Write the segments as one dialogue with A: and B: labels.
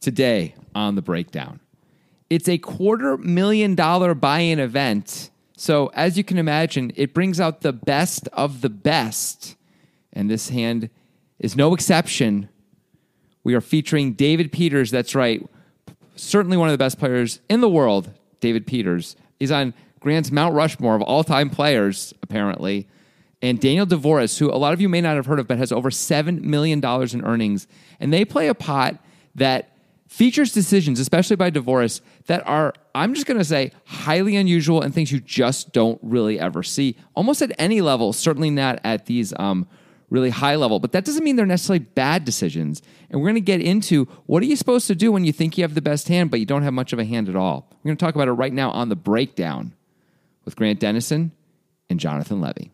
A: today on the breakdown. It's a quarter million dollar buy in event. So, as you can imagine, it brings out the best of the best. And this hand is no exception. We are featuring David Peters. That's right. Certainly one of the best players in the world, David Peters. He's on Grant's Mount Rushmore of all time players, apparently. And Daniel DeVoris, who a lot of you may not have heard of, but has over $7 million in earnings. And they play a pot that features decisions, especially by DeVoris, that are, I'm just going to say, highly unusual and things you just don't really ever see, almost at any level, certainly not at these. Um, really high level. But that doesn't mean they're necessarily bad decisions. And we're going to get into what are you supposed to do when you think you have the best hand, but you don't have much of a hand at all. We're going to talk about it right now on the breakdown with Grant Dennison and Jonathan Levy.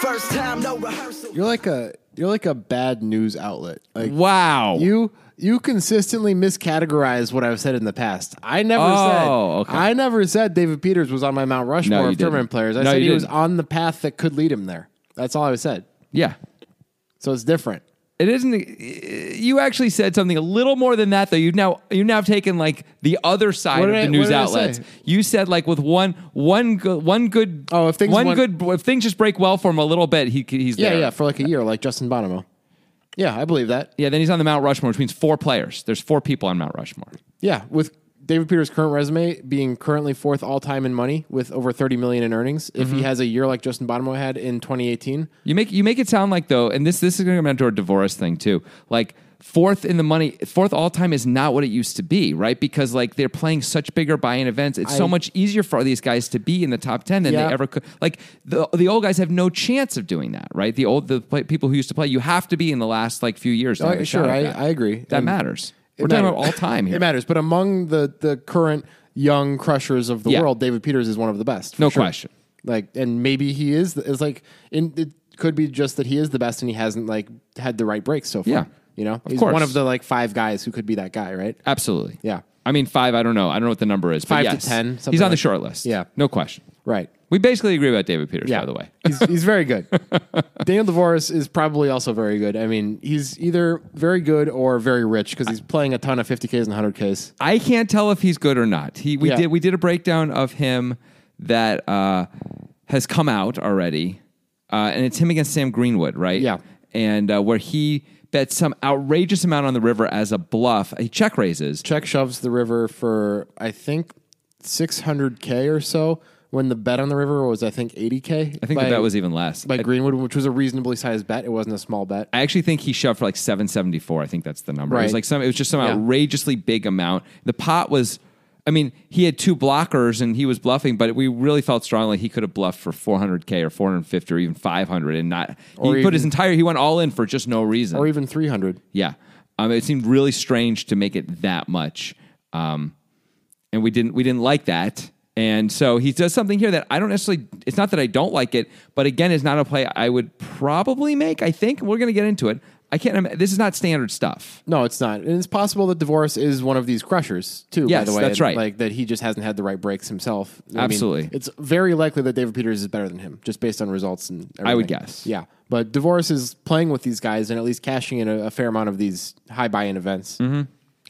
B: First time, no rehearsal.
C: You're like a you're like a bad news outlet. Like
A: Wow.
C: you you consistently miscategorize what I've said in the past. I never
A: Oh,
C: said
A: okay.
C: I never said David Peters was on my Mount Rushmore
A: you
C: of tournament
A: didn't.
C: players. I
A: No,
C: said
A: you
C: he was
A: didn't.
C: on the path that could lead him there. That's all I said.
A: yeah.
C: So it's different.
A: It isn't. uh, You actually said something a little more than that, though. You've now you've now taken like the other side
C: What
A: of the
C: did I- what
A: news
C: did I
A: outlets.
C: say?
A: You said like with one one good one good
C: Oh, if things
A: one
C: went-
A: good if things just break well for him a little bit, he he's
C: Yeah,
A: there.
C: yeah, for like a year, like Justin Bonomo. Yeah, I believe that.
A: Yeah, then he's on the Mount Rushmore, which means four players. There's four people on Mount Rushmore.
C: Yeah, with David Peters' current resume being currently fourth all time in money with over 30 million in earnings, if
A: Mm-hmm.
C: he has a year like Justin Bonomo had in 2018,
A: You make you make it sound like though, and this this is going to come down to our divorce thing too. Like fourth in the money, fourth all time is not what it used to be, right? Because like they're playing such bigger buy-in events, it's so
C: I-
A: much easier for these guys to be in the top ten than
C: Yeah.
A: they ever could. Like the the old guys have no chance of doing that, right? The old the play, people who used to play, you have to be in the last like few years. To
C: Oh,
A: have a
C: sure,
A: shot at
C: I-
A: that.
C: I agree.
A: That
C: And
A: matters.
C: It
A: We're talking
C: matters.
A: about all time here.
C: It matters, but among the the current young crushers of the
A: Yeah.
C: world, David Peters is one of the best. for
A: No question.
C: Like, and maybe he is. the- It's like in, it could be just that he is the best, and he hasn't like had the right breaks so far.
A: Yeah.
C: you know, he's
A: course.
C: one of the like five guys who could be that guy, right?
A: Absolutely.
C: Yeah.
A: I mean, five. I don't know. I don't know what the number is. but
C: Five to
A: yes.
C: 10,
A: He's
C: something
A: on the
C: like
A: short list.
C: Yeah.
A: No question.
C: Right.
A: We basically agree about David Peters,
C: Yeah,
A: by the way.
C: he's, he's very good. Daniel Devoris is probably also very good. I mean, he's either very good or very rich because he's playing a ton of 50ks and 100ks.
A: I can't tell if he's good or not. He we
C: Yeah.
A: did we did a breakdown of him that uh, has come out already, uh, and it's him against Sam Greenwood, right?
C: Yeah.
A: and uh, where he bet some outrageous amount on the river as a bluff. He check raises.
C: Check shoves the river for I think 600k or so when the bet on the river was I think 80k.
A: I think the bet was even less.
C: by
A: I,
C: Greenwood, which was a reasonably sized bet. It wasn't a small bet.
A: I actually think he shoved for like seven seventy four. I think that's the number. It was
C: Right.
A: like some. It was just some
C: Yeah.
A: outrageously big amount. The pot was. I mean, he had two blockers and he was bluffing, but we really felt strongly he could have bluffed for 400k or 450 or even 500 and not. he
C: Or
A: put his
C: even-
A: entire. He went all in for just no reason.
C: Or even 300.
A: yeah, um, it seemed really strange to make it that much, um, and we didn't. We didn't like that. And so he does something here that I don't necessarily. It's not that I don't like it, but again, it's not a play I would probably make. I think we're going to get into it. I can't. im- This is not standard stuff.
C: No, it's not. And it's possible that Divorce is one of these crushers too.
A: Yes,
C: by the way,
A: that's
C: and,
A: right.
C: Like that he just hasn't had the right breaks himself. I mean,
A: Absolutely.
C: it's very likely that David Peters is better than him, just based on results and. Everything.
A: I would guess.
C: Yeah, but Divorce is playing with these guys and at least cashing in a, a fair amount of these high buy-in events.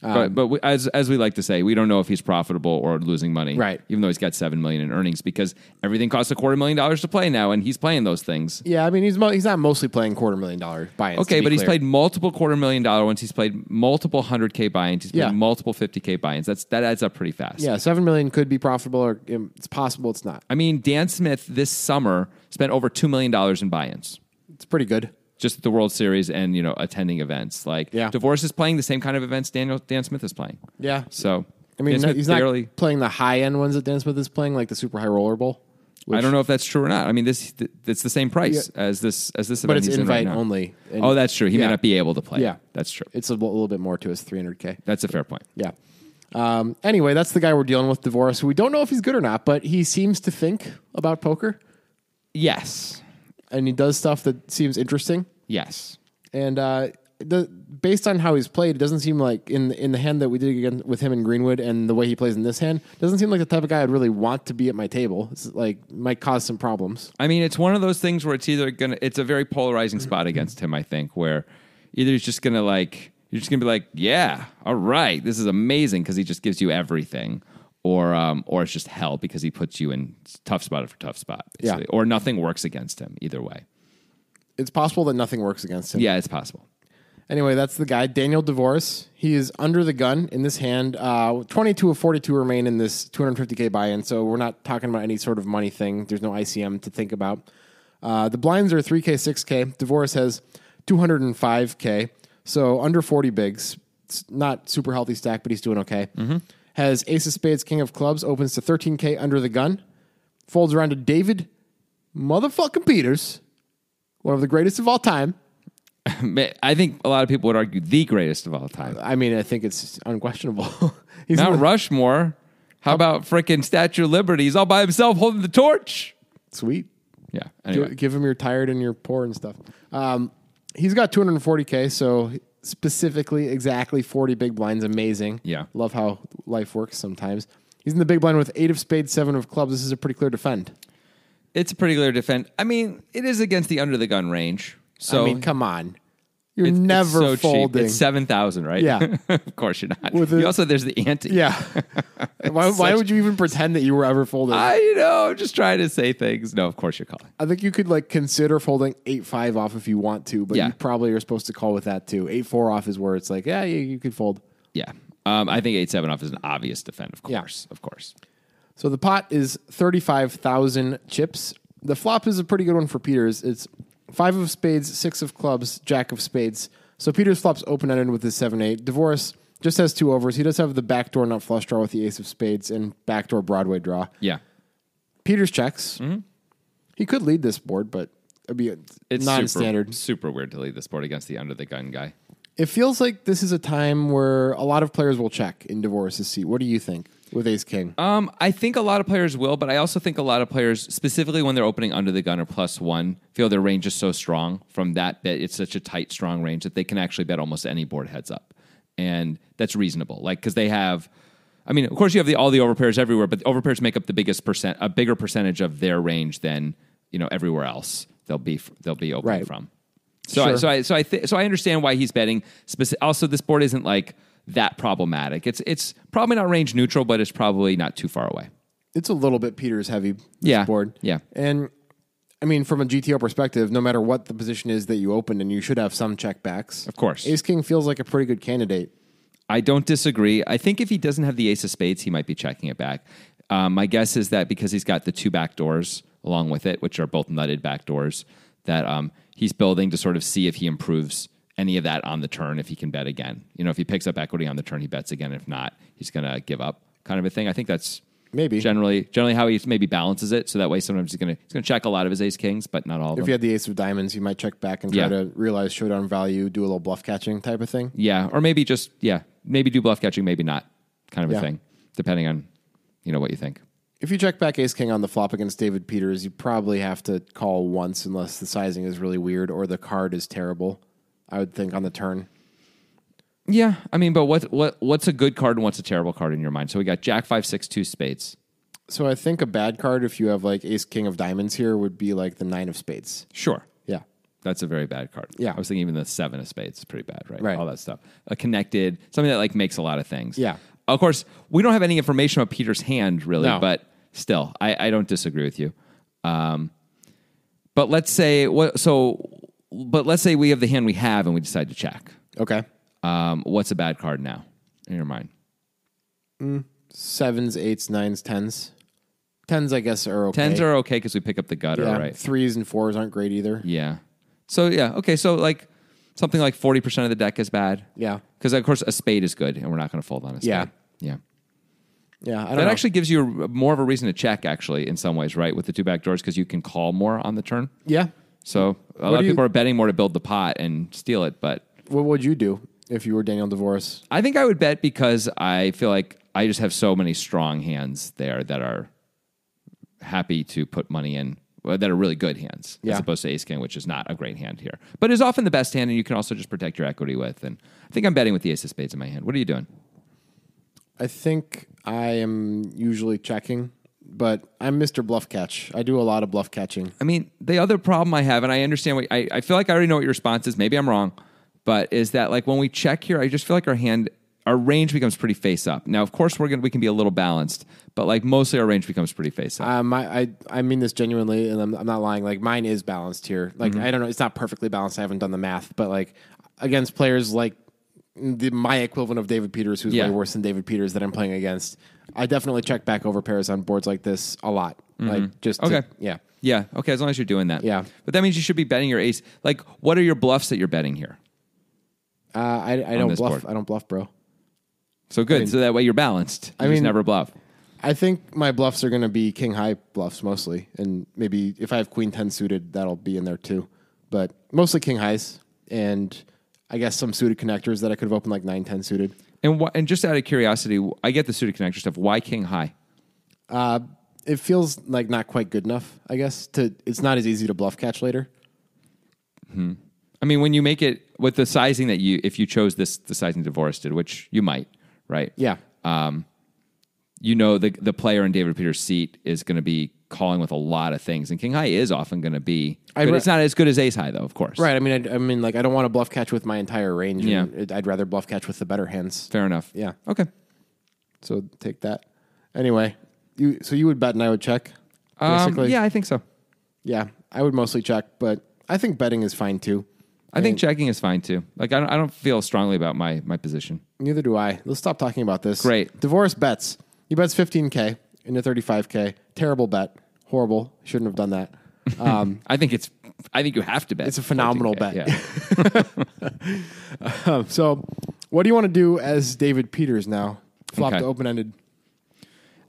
A: but but we, as as we like to say, we don't know if he's profitable or losing money.
C: Right.
A: Even though he's got seven million in earnings, because everything costs a quarter million dollars to play now, and he's playing those things.
C: Yeah, I mean he's mo- he's not mostly playing quarter million dollar buy-ins.
A: Okay,
C: to be
A: but he's
C: clear.
A: played multiple quarter million dollar ones. He's played multiple hundred k buy-ins. He's played
C: Yeah.
A: multiple fifty k buy-ins. That's that adds up pretty fast.
C: Yeah, seven million could be profitable, or um, it's possible it's not.
A: I mean, Dan Smith this summer spent over two million dollars in buy-ins,
C: It's pretty good.
A: just at the World Series and you know attending events. Like,
C: Yeah.
A: Divorce is playing the same kind of events Daniel Dan Smith is playing.
C: Yeah.
A: So
C: I mean,
A: Dan
C: no-
A: Smith
C: he's not
A: barely-
C: playing the high end ones that Dan Smith is playing, like the Super High Roller Bowl.
A: I don't know if that's true or not. I mean, this th- it's the same price as this as this event.
C: it's
A: he's in right
C: invite
A: now.
C: only, and-
A: oh, that's true. He may
C: Yeah.
A: not be able to play.
C: Yeah.
A: that's true.
C: It's a l- little bit more to us, 300K.
A: That's a fair point.
C: Yeah. Um, anyway, that's the guy we're dealing with, Divorce, who we don't know if he's good or not, but he seems to think about poker
A: Yes,
C: and he does stuff that seems interesting.
A: yes.
C: And uh, the based on how he's played, it doesn't seem like in in the hand that we did again with him in Greenwood and the way he plays in this hand, doesn't seem like the type of guy I'd really want to be at my table. It's like might cause some problems.
A: I mean, it's one of those things where it's either gonna. It's a very polarizing spot against him. I think where either he's just gonna like you're just gonna be like, yeah, all right, this is amazing because he just gives you everything, or um, or it's just hell because he puts you in tough spot for tough spot,
C: Yeah.
A: basically. or nothing works against him. Either way,
C: It's possible that nothing works against him.
A: yeah, it's possible.
C: Anyway, that's the guy, Daniel DeVoris. He is under the gun in this hand. Uh, 22 of 42 remain in this 250K buy in, so we're not talking about any sort of money thing. There's no ICM to think about. Uh, the blinds are 3K, 6K. DeVoris has 205K, so under 40 bigs. It's not super healthy stack, but he's doing okay. Has Ace of Spades, King of Clubs, opens to 13K under the gun. Folds around to David motherfucking Peters, one of the greatest of all time.
A: Ma- I think a lot of people would argue the greatest of all time.
C: I mean, I think it's unquestionable. he's
A: Mount
C: in the-
A: Rushmore. How about freaking Statue of Liberty? He's all by himself holding the torch.
C: sweet.
A: Yeah.
C: Gi-
A: Anyway.
C: Give him your tired and your poor and stuff. Um, he's got 240k, so specifically exactly 40 big blinds. Amazing.
A: Yeah.
C: love how life works sometimes. He's in the big blind with eight of spades, seven of clubs. This is a pretty clear defend.
A: It's a pretty clear defend. I mean, it is against the under the gun range. So
C: I mean, come on, you're
A: it's- it's
C: never
A: so cheap.
C: folding.
A: It's seven thousand, right?
C: Yeah.
A: of course you're not.
C: With
A: you
C: a-
A: also there's the ante.
C: yeah. why, why
A: such-
C: would you even pretend that you were ever folding?
A: I you know, I'm just trying to say things. No, of course you're calling.
C: I think you could like consider folding eight five off if you want to, but
A: Yeah.
C: you probably are supposed to call with that too. Eight four off is where it's like, yeah, you, you could fold.
A: Yeah. Um, I think eight seven off is an obvious defend, of
C: Yeah.
A: course. Of course.
C: So the pot is thirty five thousand chips. The flop is a pretty good one for Peters. It's five of spades, six of clubs, jack of spades. So Peters flops open ended with his seven eight. Divorce just has two overs. He does have the backdoor nut flush draw with the ace of spades and backdoor Broadway draw.
A: Yeah.
C: Peters checks.
A: Mm-hmm.
C: He could lead this board, but it'd be
A: It's super-
C: non standard.
A: super weird to lead this board against the under the gun guy.
C: It feels like this is a time where a lot of players will check in Divorce's seat. What do you think with Ace King?
A: Um, I think a lot of players will, but I also think a lot of players, specifically when they're opening under the gun or plus one, feel their range is so strong from that bet. It's such a tight, strong range that they can actually bet almost any board heads up, and that's reasonable. Like because they have, I mean, of course you have the all the overpairs everywhere, but the overpairs make up the biggest percent, a bigger percentage of their range than you know everywhere else they'll be they'll be open
C: Right.
A: from. So I,
C: Sure.
A: so I so I th- so I understand why he's betting. Speci- also, this board isn't like that problematic. It's it's probably not range neutral, but it's probably not too far away.
C: it's a little bit Peters heavy this
A: Yeah,
C: board.
A: yeah.
C: And I mean, from a GTO perspective, no matter what the position is that you opened, and you should have some checkbacks.
A: Of course.
C: Ace King feels like a pretty good candidate.
A: I don't disagree. I think if he doesn't have the ace of spades, he might be checking it back. Um, my guess is that because he's got the two back doors along with it, which are both nutted back doors, that um, he's building to sort of see if he improves any of that on the turn, if he can bet again. You know, if he picks up equity on the turn, he bets again. If not, he's going to give up kind of a thing. I think that's
C: Maybe.
A: generally generally how he maybe balances it. So that way, sometimes he's going to he's going to check a lot of his ace kings, but not all of
C: If
A: them.
C: you had the Ace of Diamonds, you might check back and try
A: Yeah.
C: to realize showdown value, do a little bluff catching type of thing.
A: Yeah, or maybe just yeah, maybe do bluff catching, maybe not, kind of
C: Yeah.
A: a thing, depending on you know what you think.
C: If you check back Ace King on the flop against David Peters, you probably have to call once unless the sizing is really weird or the card is terrible. I would think on the turn.
A: Yeah, I mean, but what what what's a good card and what's a terrible card in your mind? So we got Jack five six two spades.
C: So I think a bad card if you have like Ace King of Diamonds here would be like the Nine of Spades.
A: Sure,
C: Yeah.
A: that's a very bad card.
C: Yeah.
A: I was thinking even the seven of spades is pretty bad, right?
C: Right.
A: all that stuff. A connected something that like makes a lot of things.
C: Yeah.
A: of course we don't have any information about Peter's hand really,
C: No.
A: but still, I I don't disagree with you. Um, but let's say what so, but let's say we have the hand we have and we decide to check.
C: Okay.
A: Um, what's a bad card now in your mind?
C: Sevens, eights, nines, tens. Tens, I guess, are okay.
A: Tens are okay because we pick up the gutter,
C: yeah.
A: right?
C: Threes and fours aren't great either.
A: Yeah. So yeah, okay. So like something like forty percent of the deck is bad.
C: Yeah.
A: Because of course a spade is good, and we're not going to fold on a spade.
C: Yeah.
A: Yeah.
C: Yeah, I don't
A: That
C: know.
A: actually gives you a, more of a reason to check, actually, in some ways, right? With the two back doors, because you can call more on the turn.
C: Yeah.
A: So a
C: do
A: lot of
C: you-
A: people are betting more to build the pot and steal it, but
C: What would you do if you were Daniel DeVoris?
A: I think I would bet because I feel like I just have so many strong hands there that are happy to put money in uh, that are really good hands,
C: Yeah.
A: as opposed to ace king, which is not a great hand here, but is often the best hand, and you can also just protect your equity with. And I think I'm betting with the ace of spades in my hand. What are you doing?
C: I think I am usually checking, but I'm Mr. Bluff Catch. I do a lot of bluff catching.
A: I mean, the other problem I have, and I understand what I, I feel like I already know what your response is. Maybe I'm wrong, but is that like when we check here, I just feel like our hand, our range becomes pretty face up. Now, of course, we're gonna we can be a little balanced, but like mostly our range becomes pretty face up.
C: Um, I, I I mean this genuinely, and I'm, I'm not lying. Like mine is balanced here. Like
A: Mm-hmm.
C: I don't know, it's not perfectly balanced. I haven't done the math, but like against players like the, my equivalent of David Peters, who's
A: Yeah.
C: way worse than David Peters that I'm playing against, I definitely check back over pairs on boards like this a lot. Like just to-
A: Mm-hmm. Okay.
C: yeah.
A: yeah. Okay. As long as you're doing that.
C: Yeah.
A: But that means you should be betting your ace. Like, what are your bluffs that you're betting here?
C: Uh, I I don't
A: this
C: bluff.
A: board.
C: I don't bluff, bro.
A: So good. so that way you're balanced. You
C: I
A: just
C: mean-
A: never bluff.
C: I think my bluffs are going to be king high bluffs mostly, and maybe if I have queen ten suited, that'll be in there too. But mostly king highs, and I guess some suited connectors that I could have opened like nine ten suited.
A: And wh- and just out of curiosity, I get the suited connector stuff. Why king high?
C: It feels like not quite good enough. I guess to it's not as easy to bluff catch later.
A: I mean, when you make it with the sizing that you, if you chose this, the sizing divorce did, which you might, right?
C: Yeah,
A: You know, the the player in David Peters' seat is going to be calling with a lot of things, and King High is often going to be.
C: I
A: good.
C: re-
A: it's not as good as Ace High, though, of course.
C: right. I mean, I, I mean, like I don't want to bluff catch with my entire range.
A: Yeah.
C: and it- I'd rather bluff catch with the better hands.
A: Fair enough.
C: Yeah.
A: Okay.
C: So take that. Anyway, you so you would bet and I would check.
A: Um,
C: Basically,
A: yeah, I think so.
C: yeah. I would mostly check, but I think betting is fine too.
A: I think checking is fine too. Like, I don't, I don't feel strongly about my my position.
C: Neither do I. Let's stop talking about this.
A: Great.
C: Divorce bets. He bets 15K into 35K. Terrible bet. Horrible. Shouldn't have done that. Um,
A: I think it's. I think you have to bet.
C: It's a phenomenal
A: 14K.
C: bet.
A: Yeah.
C: so, what do you want to do as David Peters now? Flop
A: Okay.
C: to open ended.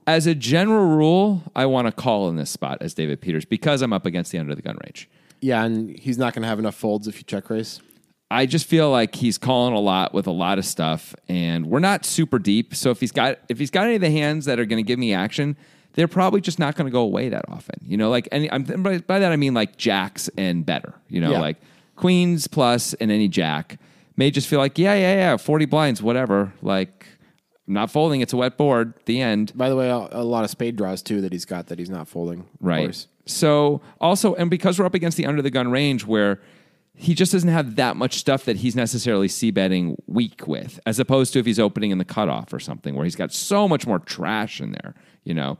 A: as a general rule, I want to call in this spot as David Peters because I'm up against the under the gun range.
C: Yeah, and he's not going to have enough folds if you check raise.
A: I just feel like he's calling a lot with a lot of stuff, and we're not super deep. So if he's got if he's got any of the hands that are going to give me action, they're probably just not going to go away that often. You know, like any I'm, by, by that I mean like jacks and better. You know,
C: Yeah.
A: like queens plus and any jack may just feel like yeah yeah yeah forty blinds whatever. Like I'm not folding. It's a wet board. The end.
C: By the way, a, a lot of spade draws too that he's got that he's not folding. of
A: Right.
C: course.
A: So also, and because we're up against the under the gun range where he just doesn't have that much stuff that he's necessarily sea betting weak with, as opposed to if he's opening in the cutoff or something where he's got so much more trash in there, you know.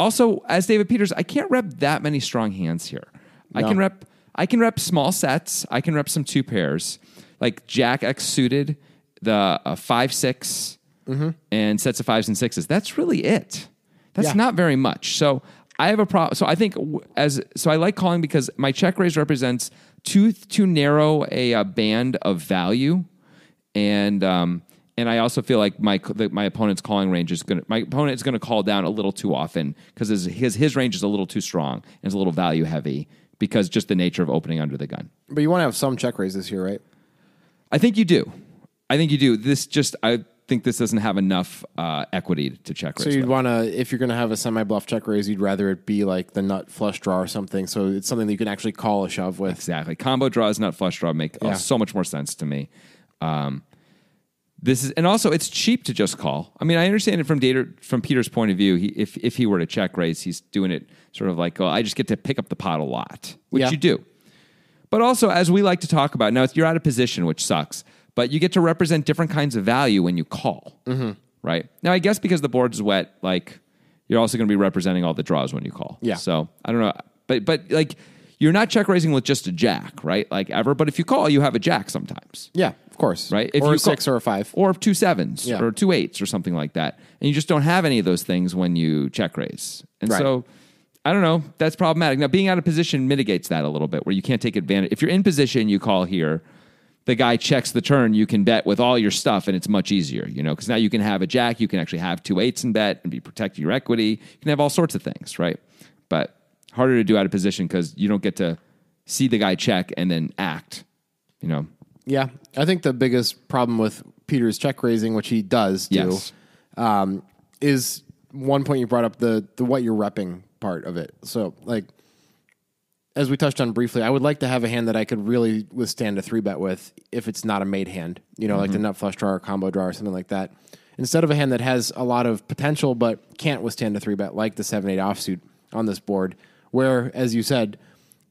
A: Also, as David Peters, I can't rep that many strong hands here. I
C: No.
A: can rep I can rep small sets. I can rep some two pairs, like Jack X suited, the uh, five six,
C: Mm-hmm.
A: and sets of fives and sixes. That's really it. That's
C: Yeah.
A: not very much. So I have a problem. So I think w- as so I like calling because my check raise represents too too narrow a uh, band of value, and um and I also feel like my that my opponent's calling range is gonna my opponent is gonna call down a little too often because his, his his range is a little too strong and is a little value heavy because just the nature of opening under the gun.
C: But you want to have some check raises here, right?
A: I think you do. I think you do. This just I think this doesn't have enough uh, equity to check raise.
C: So you'd
A: though.
C: want to, if you're going to have a semi bluff check raise, you'd rather it be like the nut flush draw or something. So it's something that you can actually call a shove with.
A: Exactly. Combo draws, not flush draw, make uh,
C: Yeah.
A: so much more sense to me. Um, this is, and also it's cheap to just call. I mean, I understand it from Dater, from Peter's point of view. He, if if he were to check raise, he's doing it sort of like, oh, I just get to pick up the pot a lot, which
C: Yeah.
A: you do. But also, as we like to talk about, now you're out of position, which sucks, but you get to represent different kinds of value when you call, right? Now, I guess because the board's wet, like you're also going to be representing all the draws when you call.
C: Yeah.
A: So I don't know, but but like you're not check raising with just a jack, right? Like ever. But if you call, you have a jack sometimes,
C: Yeah, of course.
A: right?
C: If or
A: you
C: a six
A: call-
C: or a five.
A: or two sevens
C: Yeah.
A: or two eights or something like that, and you just don't have any of those things when you check raise, and
C: Right.
A: so. I don't know. That's problematic. Now, being out of position mitigates that a little bit, where you can't take advantage. If you're in position, you call here. The guy checks the turn. You can bet with all your stuff, and it's much easier, you know, because now you can have a jack. You can actually have two eights and bet and be protecting your equity. You can have all sorts of things, right? But harder to do out of position because you don't get to see the guy check and then act, you know.
C: Yeah, I think the biggest problem with Peter's check raising, which he does do,
A: Yes.
C: um, is one point you brought up the the what you're repping part of it. So like, as we touched on briefly, I would like to have a hand that I could really withstand a three bet with if it's not a made hand, you know, like the nut flush draw or combo draw or something like that. Instead of a hand that has a lot of potential but can't withstand a three bet, like the seven eight offsuit on this board, where, as you said,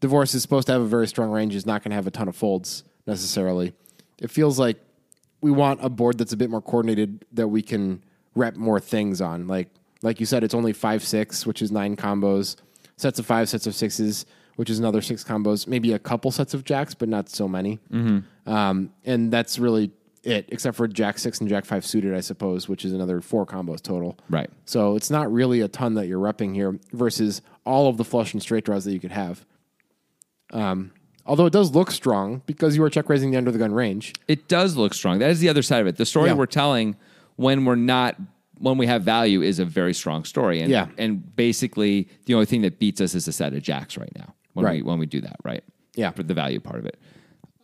C: Divorce is supposed to have a very strong range, is not going to have a ton of folds necessarily. It feels like we want a board that's a bit more coordinated that we can rep more things on. Like like you said, it's only five six, which is nine combos, sets of five, sets of sixes, which is another six combos, maybe a couple sets of jacks, but not so many. Um, and that's really it, except for jack six and jack five suited, I suppose, which is another four combos total.
A: Right.
C: So it's not really a ton that you're repping here versus all of the flush and straight draws that you could have. Um, Although it does look strong because you are check raising the under the gun range.
A: It does look strong. That is the other side of it. The story
C: Yeah.
A: we're telling when we're not when we have value is a very strong story. And
C: Yeah.
A: and basically the only thing that beats us is a set of jacks right now. When we
C: Right.
A: when we do that, right?
C: Yeah.
A: For the value part of it.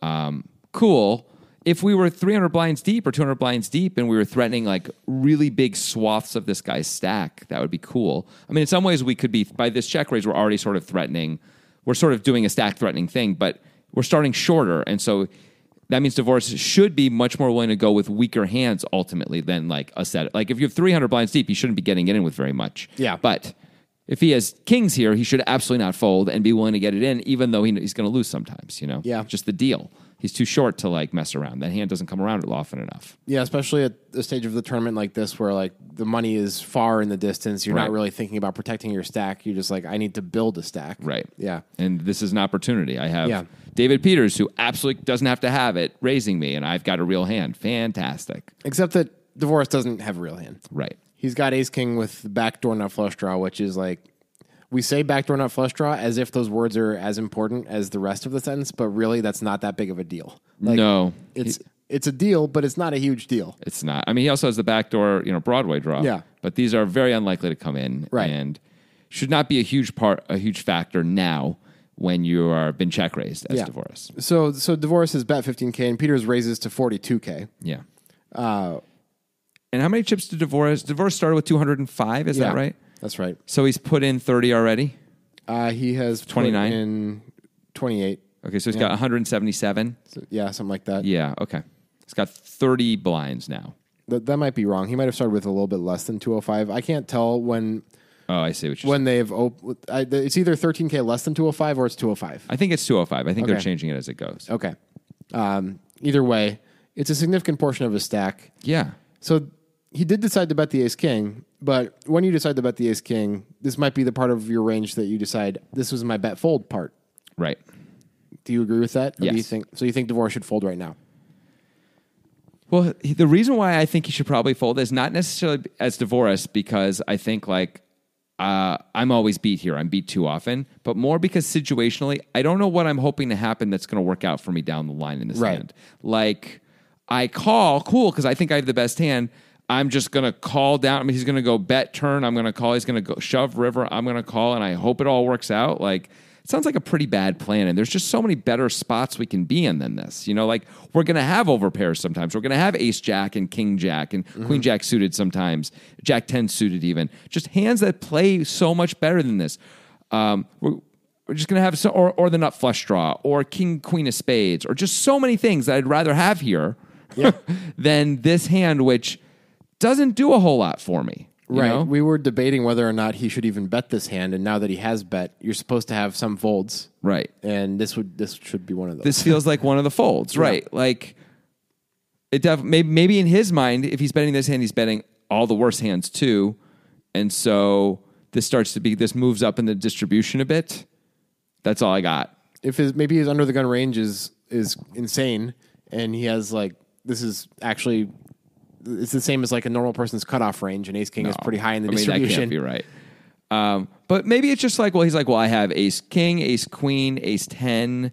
A: Um, cool. If we were 300 blinds deep or 200 blinds deep and we were threatening like really big swaths of this guy's stack, that would be cool. I mean, in some ways, we could be, by this check raise, we're already sort of threatening, we're sort of doing a stack threatening thing, but we're starting shorter. And so that means Divorce should be much more willing to go with weaker hands ultimately than like a set. Like if you have 300 blinds deep, you shouldn't be getting in with very much.
C: Yeah.
A: But if he has kings here, he should absolutely not fold and be willing to get it in, even though he, he's going to lose sometimes, you know?
C: Yeah.
A: Just the deal. He's too short to like mess around. That hand doesn't come around often enough.
C: Yeah, especially at the stage of the tournament like this where like the money is far in the distance. You're
A: Right.
C: not really thinking about protecting your stack. You're just like, I need to build a stack.
A: Right.
C: Yeah.
A: And this is an opportunity. I have
C: Yeah.
A: David Peters, who absolutely doesn't have to have it, raising me, and I've got a real hand. Fantastic.
C: Except that Divorce doesn't have a real hand.
A: Right.
C: He's got ace king with the backdoor nut flush draw, which is like we say backdoor nut flush draw as if those words are as important as the rest of the sentence, but really that's not that big of a deal. Like
A: no.
C: it's it's a deal, but it's not a huge deal.
A: It's not. I mean, he also has the backdoor, you know, Broadway draw.
C: Yeah.
A: But these are very unlikely to come in,
C: Right.
A: And should not be a huge part, a huge factor now when you are been check raised as
C: Yeah.
A: divorce.
C: So so Divorce is bet fifteen K and Peters raises to forty two K.
A: Yeah.
C: Uh,
A: and how many chips did divorce? Divorce started with two hundred and five. Is that right?
C: That's right.
A: So he's put in thirty already.
C: Uh, he has put
A: 29?
C: in 28.
A: Okay, so he's got one hundred and seventy-seven.
C: So, yeah, something like that.
A: Yeah. Okay. He's got thirty blinds now.
C: Th- that might be wrong. He might have started with a little bit less than 205. I can't tell when
A: Oh, I see what you're saying.
C: when they've op- I, th- it's either 13k less than 205 or it's 205.
A: I think it's two hundred five. I think they're
C: Okay. Oh.
A: changing it as it goes.
C: Okay. Um, either way, it's a significant portion of his stack.
A: Yeah.
C: So he did decide to bet the ace king, but when you decide to bet the ace king, this might be the part of your range that you decide this was my bet fold part.
A: Right.
C: Do you agree with that? Or do you
A: Yes.
C: think so you think divorce should fold right now?
A: Well, he- the reason why I think he should probably fold is not necessarily as divorce because I think like uh, I'm always beat here. I'm beat too often, but more because situationally, I don't know what I'm hoping to happen that's going to work out for me down the line in this
C: Right.
A: hand. Like I call cool because I think I have the best hand. I'm just gonna call down. I mean, he's gonna go bet turn. I'm gonna call. He's gonna go shove river. I'm gonna call, and I hope it all works out. Like it sounds like a pretty bad plan. And there's just so many better spots we can be in than this. You know, like we're gonna have over pairs sometimes. We're gonna have ace jack and king jack and queen jack suited sometimes. Jack ten suited even. Just hands that play so much better than this. Um, we're, we're just going to have so, or, or the nut flush draw or king queen of spades or just so many things that I'd rather have here than this hand, which doesn't do a whole lot for me. you
C: Right.
A: know?
C: We were debating whether or not he should even bet this hand, and now that he has bet, you're supposed to have some folds.
A: Right.
C: And this would this should be one of those.
A: This feels like one of the folds, right? Like it def- maybe, maybe in his mind, if he's betting this hand, he's betting all the worse hands too. And so this starts to be, this moves up in the distribution a bit. That's all I got.
C: if his maybe his under the gun range is is insane and he has like this is actually it's the same as like a normal person's cutoff range and ace king is pretty high in the
A: I mean,
C: distribution.
A: That can't be right. Um, but maybe it's just like, well, he's like, well, I have ace king, ace queen, ace 10.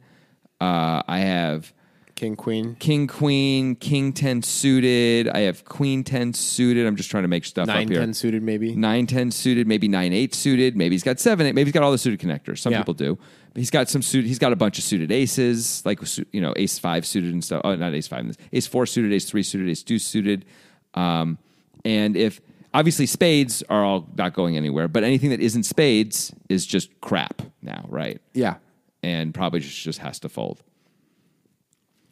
A: Uh, I have
C: King queen.
A: king queen, king 10 suited. I have queen 10 suited. I'm just trying to make stuff
C: Nine
A: up here.
C: ten suited maybe.
A: Nine ten suited, maybe nine eight suited. Maybe he's got seven eight. Maybe he's got all the suited connectors. Some
C: Yeah.
A: people do. But he's got some suit. He's got a bunch of suited aces, like su- you know, ace five suited and stuff. Oh, not ace five. Ace four suited, ace three suited, ace two suited. Um, and if obviously spades are all not going anywhere, but anything that isn't spades is just crap now, right?
C: Yeah.
A: and probably just, just has to fold.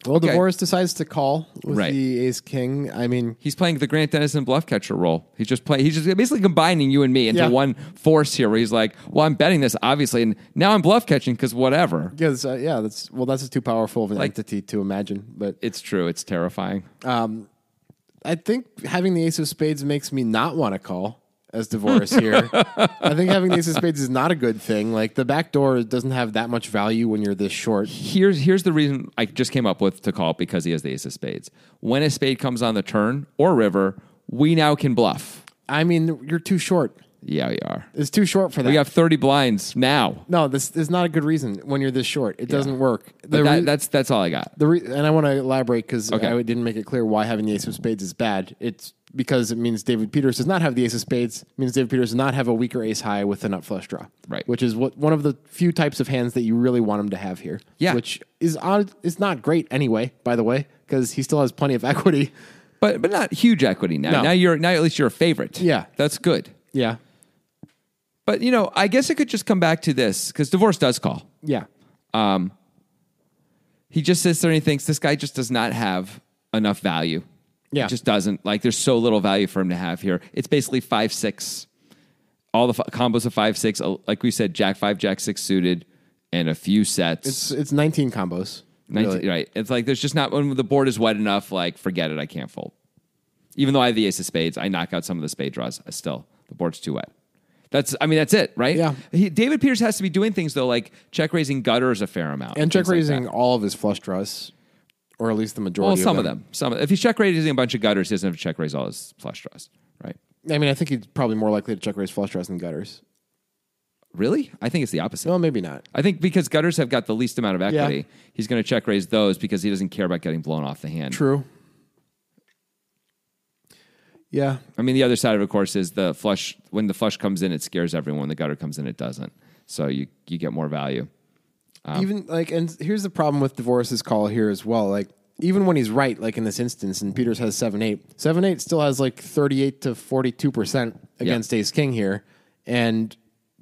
C: Well,
A: Okay.
C: Divorce decides to call with
A: Right.
C: the Ace King. I mean,
A: He's playing the Grant Dennison bluff catcher role. He's just playing. He's just basically combining you and me into
C: Yeah.
A: one force here, where he's like, "Well, I'm betting this, obviously, and now I'm bluff catching because whatever."
C: because uh, yeah, that's well, that's too powerful of an
A: Like-
C: entity to imagine. But
A: It's true. It's terrifying.
C: I think having the Ace of Spades makes me not want to call as Divorce here. I think having the Ace of Spades is not a good thing. Like the back door doesn't have that much value when you're this short.
A: here's here's the reason I just came up with to call because he has the ace of spades. When a spade comes on the turn or river, we now can bluff.
C: I mean, you're too short.
A: Yeah, we are.
C: It's too short for that.
A: We have 30 blinds now.
C: no, this is not a good reason when you're this short. It doesn't work.
A: But
C: The
A: that-
C: re-
A: that's that's all I got.
C: The re- and I want to elaborate because
A: Okay.
C: I didn't make it clear why having the ace of spades is bad. It's because it means David Peters does not have the ace of spades. It means David Peters does not have a weaker ace high with a nut flush draw,
A: Right.
C: Which is what one of the few types of hands that you really want him to have here.
A: Yeah.
C: which is odd. It's not great anyway, by the way, because he still has plenty of equity.
A: But but not huge equity now.
C: No.
A: Now you're now at least you're a favorite.
C: Yeah.
A: That's good.
C: Yeah,
A: But you know, I guess it could just come back to this cuz divorce does call.
C: yeah.
A: He just sits there and he thinks this guy just does not have enough value.
C: Yeah.
A: He just doesn't. Like there's so little value for him to have here. It's basically 5 6 all the f- combos of five six, uh, like we said, jack five, jack six suited, and a few sets.
C: It's, it's nineteen combos.
A: 19
C: really.
A: Right. It's like there's just not when the board is wet enough. Like forget it. I can't fold. Even though I have the ace of spades, I knock out some of the spade draws. I still the board's too wet. That's I mean that's it right.
C: Yeah.
A: He, David Pierce has to be doing things though, like check raising gutters a fair amount
C: and check
A: things like
C: raising
A: that.
C: all of his flush draws, or at least the majority.
A: well, some of them. Some if he's check raising a bunch of gutters, he doesn't have to check raise all his flush draws. Right.
C: I mean, I think he's probably more likely to check raise flush draws than gutters.
A: Really? I think it's the opposite.
C: Well, maybe not.
A: I think because gutters have got the least amount of equity,
C: Yeah.
A: he's going to check raise those because he doesn't care about getting blown off the hand.
C: True. Yeah.
A: I mean, the other side of it, of course, is the flush. When the flush comes in, it scares everyone. The gutter comes in, it doesn't. So you you get more value.
C: even like, and here's the problem with Divorce's call here as well. Like, even when he's right, like in this instance, and Peters has 7 8, 7 8 still has like 38 to 42% against Ace King here. And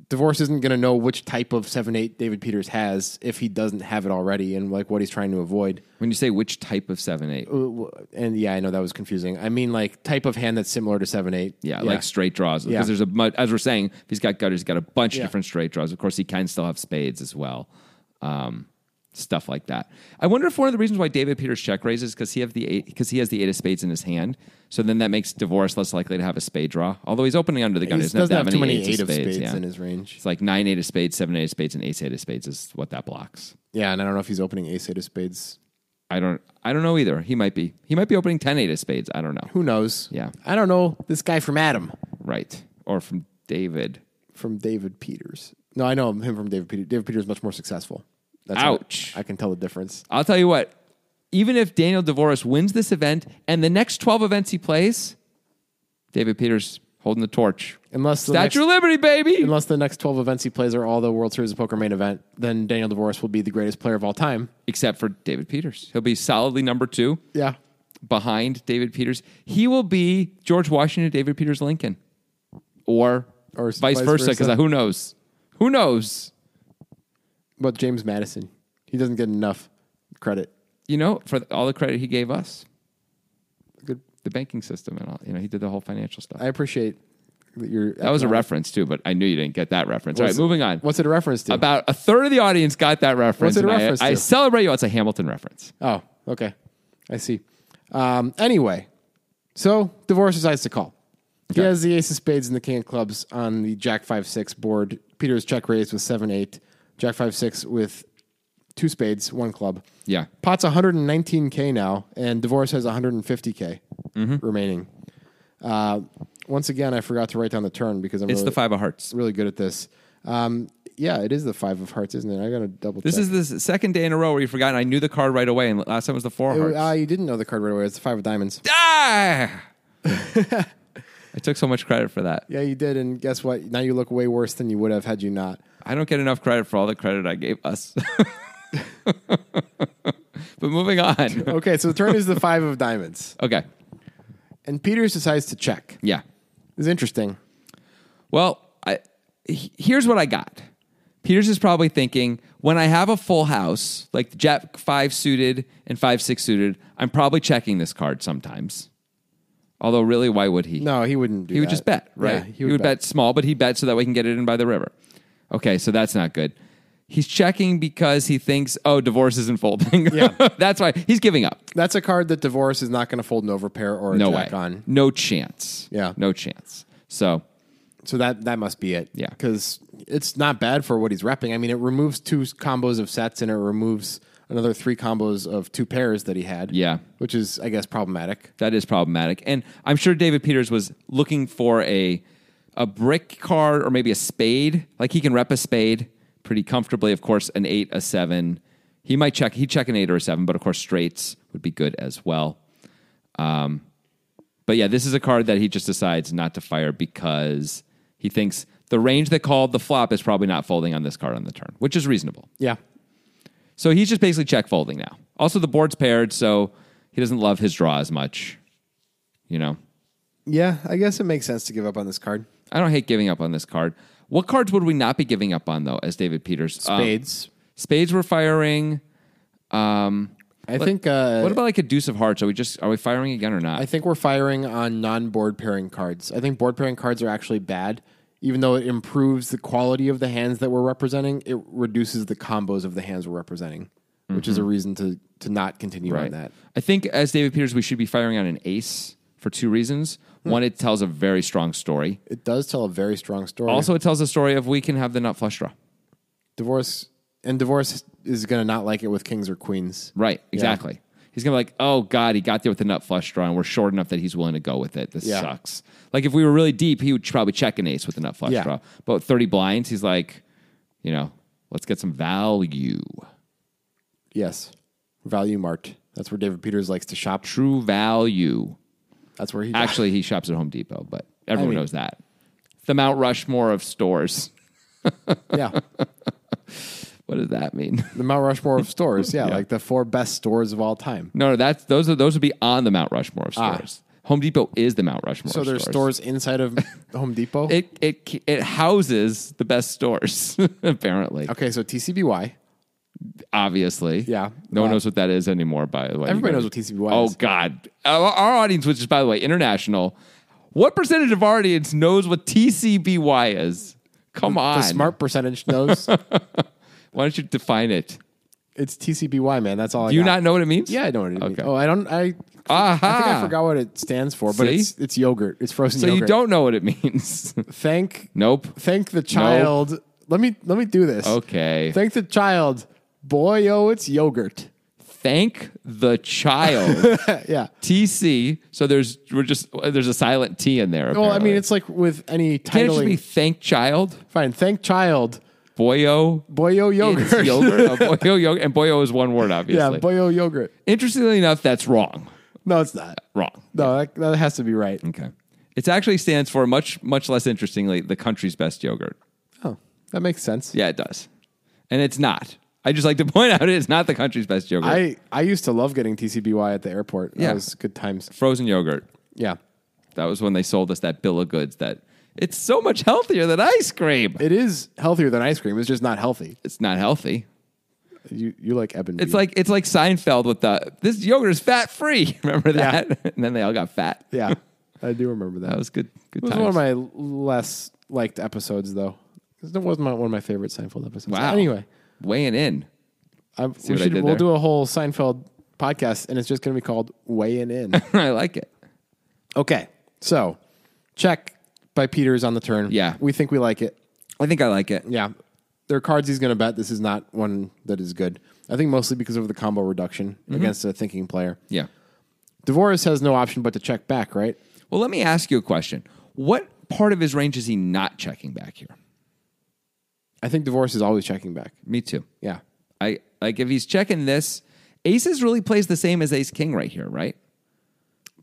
C: Divorce isn't going to know which type of 7 8 David Peters has if he doesn't have it already and like what he's trying to avoid.
A: When you say which type of seven eight,
C: And yeah, I know that was confusing. I mean, like, type of hand that's similar to 7 8.
A: yeah, like straight draws. Because
C: Yeah.
A: there's a mu- as we're saying, if he's got gutters, he's got a bunch
C: Yeah.
A: of different straight draws. Of course, he can still have spades as well. Um, stuff like that. I wonder if one of the reasons why David Peters check raises because he have the eight because he has the eight of spades in his hand. So then that makes divorce less likely to have a spade draw. Although he's opening under the
C: He
A: gun, he
C: doesn't
A: doesn't
C: have too many
A: eights
C: 8 of spades
A: yeah.
C: in his range.
A: It's like nine eight of spades, seven eight of spades, and ace eight of spades is what that blocks.
C: Yeah, and I don't know if he's opening ace eight of spades.
A: I don't I don't know either. He might be he might be opening ten eight of spades. I don't know.
C: Who knows?
A: Yeah.
C: I don't know this guy from Adam,
A: Right. Or from David.
C: from David Peters. No, I know him from David Peters. David Peters is much more successful. That's
A: Ouch.
C: I, I can tell the difference.
A: I'll tell you what, even if Daniel Devoris wins this event and the next twelve events he plays, David Peters holding the torch.
C: Unless the, next,
A: Statue of Liberty, baby.
C: unless the next 12 events he plays are all the World Series of Poker main event, then Daniel DeVoris will be the greatest player of all time.
A: Except for David Peters. He'll be solidly number two
C: Yeah.
A: behind David Peters. He will be George Washington, David Peters Lincoln. Or,
C: Or
A: vice
C: vice
A: versa, because
C: versa.
A: who knows? Who knows?
C: But James Madison, he doesn't get enough credit.
A: you know, for all the credit he gave us,
C: Good.
A: the banking system and all. You know, he did the whole financial stuff.
C: I appreciate that you're.
A: that was a reference too, but I knew you didn't get that reference. all right, moving on.
C: What's it a reference to?
A: About a third of the audience got that reference.
C: What's it a
A: and I-
C: reference
A: I,
C: to?
A: celebrate you. It's a Hamilton reference.
C: Oh, okay. I see. Um, anyway, so divorce decides to call. He
A: Okay.
C: has the ace of spades and the king of clubs on the jack five six board. Peter's check raised with seven eight, jack five six with two spades, one club.
A: Yeah.
C: Pot's 119k now, and divorce has 150k
A: Mm-hmm.
C: remaining. Uh, once again, I forgot to write down the turn because I'm
A: It's
C: really,
A: the five of hearts.
C: really good at this. Um, yeah, it is the five of hearts, isn't it? I gotta double.
A: This
C: check.
A: is the s- second day in a row where you forgot. and I knew the card right away, and last time was the four of
C: Oh,
A: hearts.
C: ah, you didn't know the card right away. It's the five of diamonds.
A: ah! I took so much credit for that.
C: Yeah, you did, and guess what? Now you look way worse than you would have had you not.
A: I don't get enough credit for all the credit I gave us. but moving on.
C: Okay, so the turn is the five of diamonds,
A: Okay.
C: and Peters decides to check.
A: Yeah.
C: It's interesting.
A: Well, I, he- here's what I got. Peters is probably thinking, when I have a full house, like the Jack 5 suited and 5 6 suited, I'm probably checking this card sometimes. Although, really, why would he?
C: No, he wouldn't do
A: He would
C: that.
A: just bet, right?
C: Yeah,
A: he, would bet. small, but he bet so that way he can get it in by the river. Okay, so that's not good. He's checking because he thinks, oh, divorce isn't folding.
C: Yeah.
A: that's why he's giving up.
C: That's a card that Divorce is not going to fold an overpair or a
A: No
C: jack
A: way.
C: on.
A: No chance.
C: Yeah.
A: No chance. So,
C: So that that must be it.
A: Yeah.
C: Because it's not bad for what he's repping. I mean, it removes two combos of sets and it removes another three combos of two pairs that he had.
A: Yeah.
C: Which is, I guess, problematic.
A: That is problematic. And I'm sure David Peters was looking for a a brick card or maybe a spade. Like he can rep a spade pretty comfortably. Of course, an eight, a seven. He might check he'd check an eight or a seven, but of course straights would be good as well. Um but yeah, this is a card that he just decides not to fire because he thinks the range that called the flop is probably not folding on this card on the turn, which is reasonable.
C: Yeah.
A: So he's just basically check folding now. Also, the board's paired, so he doesn't love his draw as much. You know,
C: Yeah. I guess it makes sense to give up on this card.
A: I don't hate giving up on this card. What cards would we not be giving up on though? As David Peters, Um,
C: Spades.
A: spades were firing.
C: I think. Uh,
A: what about like a deuce of hearts? Are we just are we firing again or not?
C: I think we're firing on non-board pairing cards. I think board pairing cards are actually bad, even though it improves the quality of the hands that we're representing. It reduces the combos of the hands we're representing, which is a reason to to not continue on that.
A: I think as David Peters, we should be firing on an ace for two reasons. One, it tells a very strong story.
C: Hmm. It does tell a very strong story.
A: Also, it tells a story of we can have the nut flush draw.
C: divorce and divorce is going to not like it with kings or queens.
A: Right, exactly. He's gonna be like, oh god, he got there with the nut flush draw, and we're short enough that he's willing to go with it. This
C: Yeah.
A: sucks. Like if we were really deep, he would probably check an ace with the nut flush
C: Yeah.
A: draw. But with thirty blinds, he's like, you know, let's get some value,
C: Yes, Value Mart. That's where David Peters likes to shop.
A: true value.
C: That's where he
A: Actually, he shops at Home Depot, but everyone
C: mean-
A: knows that. The Mount Rushmore of stores.
C: yeah.
A: What does that mean?
C: The Mount Rushmore of stores. Yeah, like the four best stores of all time.
A: no, no, that's those are those would be on the Mount Rushmore of
C: Ah.
A: stores. Home Depot is the Mount Rushmore.
C: So
A: of
C: there's stores inside of Home Depot.
A: It it it houses the best stores apparently.
C: Okay, so TCBY.
A: obviously.
C: Yeah.
A: No one
C: Well-
A: knows what that is anymore, by the way.
C: Everybody
A: You
C: knows
A: guys-
C: what TCBY
A: oh,
C: is.
A: God. Our, our audience, which is, by the way, international, what percentage of our audience knows what TCBY is? Come on.
C: The smart percentage knows
A: Why don't you define it?
C: it's TCBY, man. That's all. I
A: Do you
C: got.
A: not know what it means?
C: Yeah, I know what it means.
A: Okay.
C: Oh, I don't. I. I think I
A: Aha.
C: forgot what it stands for, but
A: See?
C: it's it's yogurt. It's frozen.
A: So
C: yogurt.
A: you don't know what it means.
C: thank
A: nope.
C: thank the child. Let me let me do this.
A: Okay.
C: Thank the child. Boy, oh, it's yogurt.
A: Thank the child.
C: yeah.
A: TC. So there's we're just there's a silent T in there.
C: Well, I
A: apparently.
C: mean, it's like with any
A: can't it just be
C: titling.
A: thank child.
C: Fine. Thank child.
A: Boyo.
C: Boy, oh, yogurt.
A: It's yogurt. Oh, boyo yogurt. And boyo is one word,
C: yeah.
A: obviously.
C: Boy, oh, yogurt.
A: Interestingly enough, that's wrong.
C: No, it's not.
A: Wrong.
C: No, that, that has to be right.
A: Okay. It actually stands for much, much less interestingly, the country's best yogurt.
C: Oh, that makes sense.
A: Yeah, it does. And it's not. I just like to point out it's not the country's best yogurt.
C: I, I used to love getting TCBY at the airport.
A: Yeah.
C: That was good times.
A: Frozen yogurt.
C: Yeah.
A: That was when they sold us that bill of goods that it's so much healthier than ice cream.
C: It is healthier than ice cream. It's just not healthy.
A: It's not healthy.
C: You you like ebb and
A: It's
C: beat.
A: like it's like Seinfeld with the this yogurt is fat free. Remember
C: Yeah.
A: that? and then they all got fat.
C: yeah, I do remember that.
A: That was good. Good
C: it was
A: times.
C: one of my less liked episodes though. It wasn't my, one of my favorite Seinfeld episodes.
A: wow.
C: Anyway,
A: weighing in. See
C: I, we
A: what I
C: should,
A: did
C: we'll
A: there?
C: do a whole Seinfeld podcast, and it's just going to be called Weighing In.
A: I like it.
C: okay, so check by Peters on the turn.
A: Yeah.
C: we think we like it.
A: I think I like it.
C: Yeah, there are cards he's going to bet. This is not one that is good. I think mostly because of the combo reduction
A: Mm-hmm.
C: against a thinking player.
A: Yeah.
C: Divorce has no option but to check back, right?
A: Well, let me ask you a question. What part of his range is he not checking back here?
C: I think Divorce is always checking back.
A: Me too.
C: Yeah.
A: I like if he's checking this, aces really plays the same as ace king right here, right?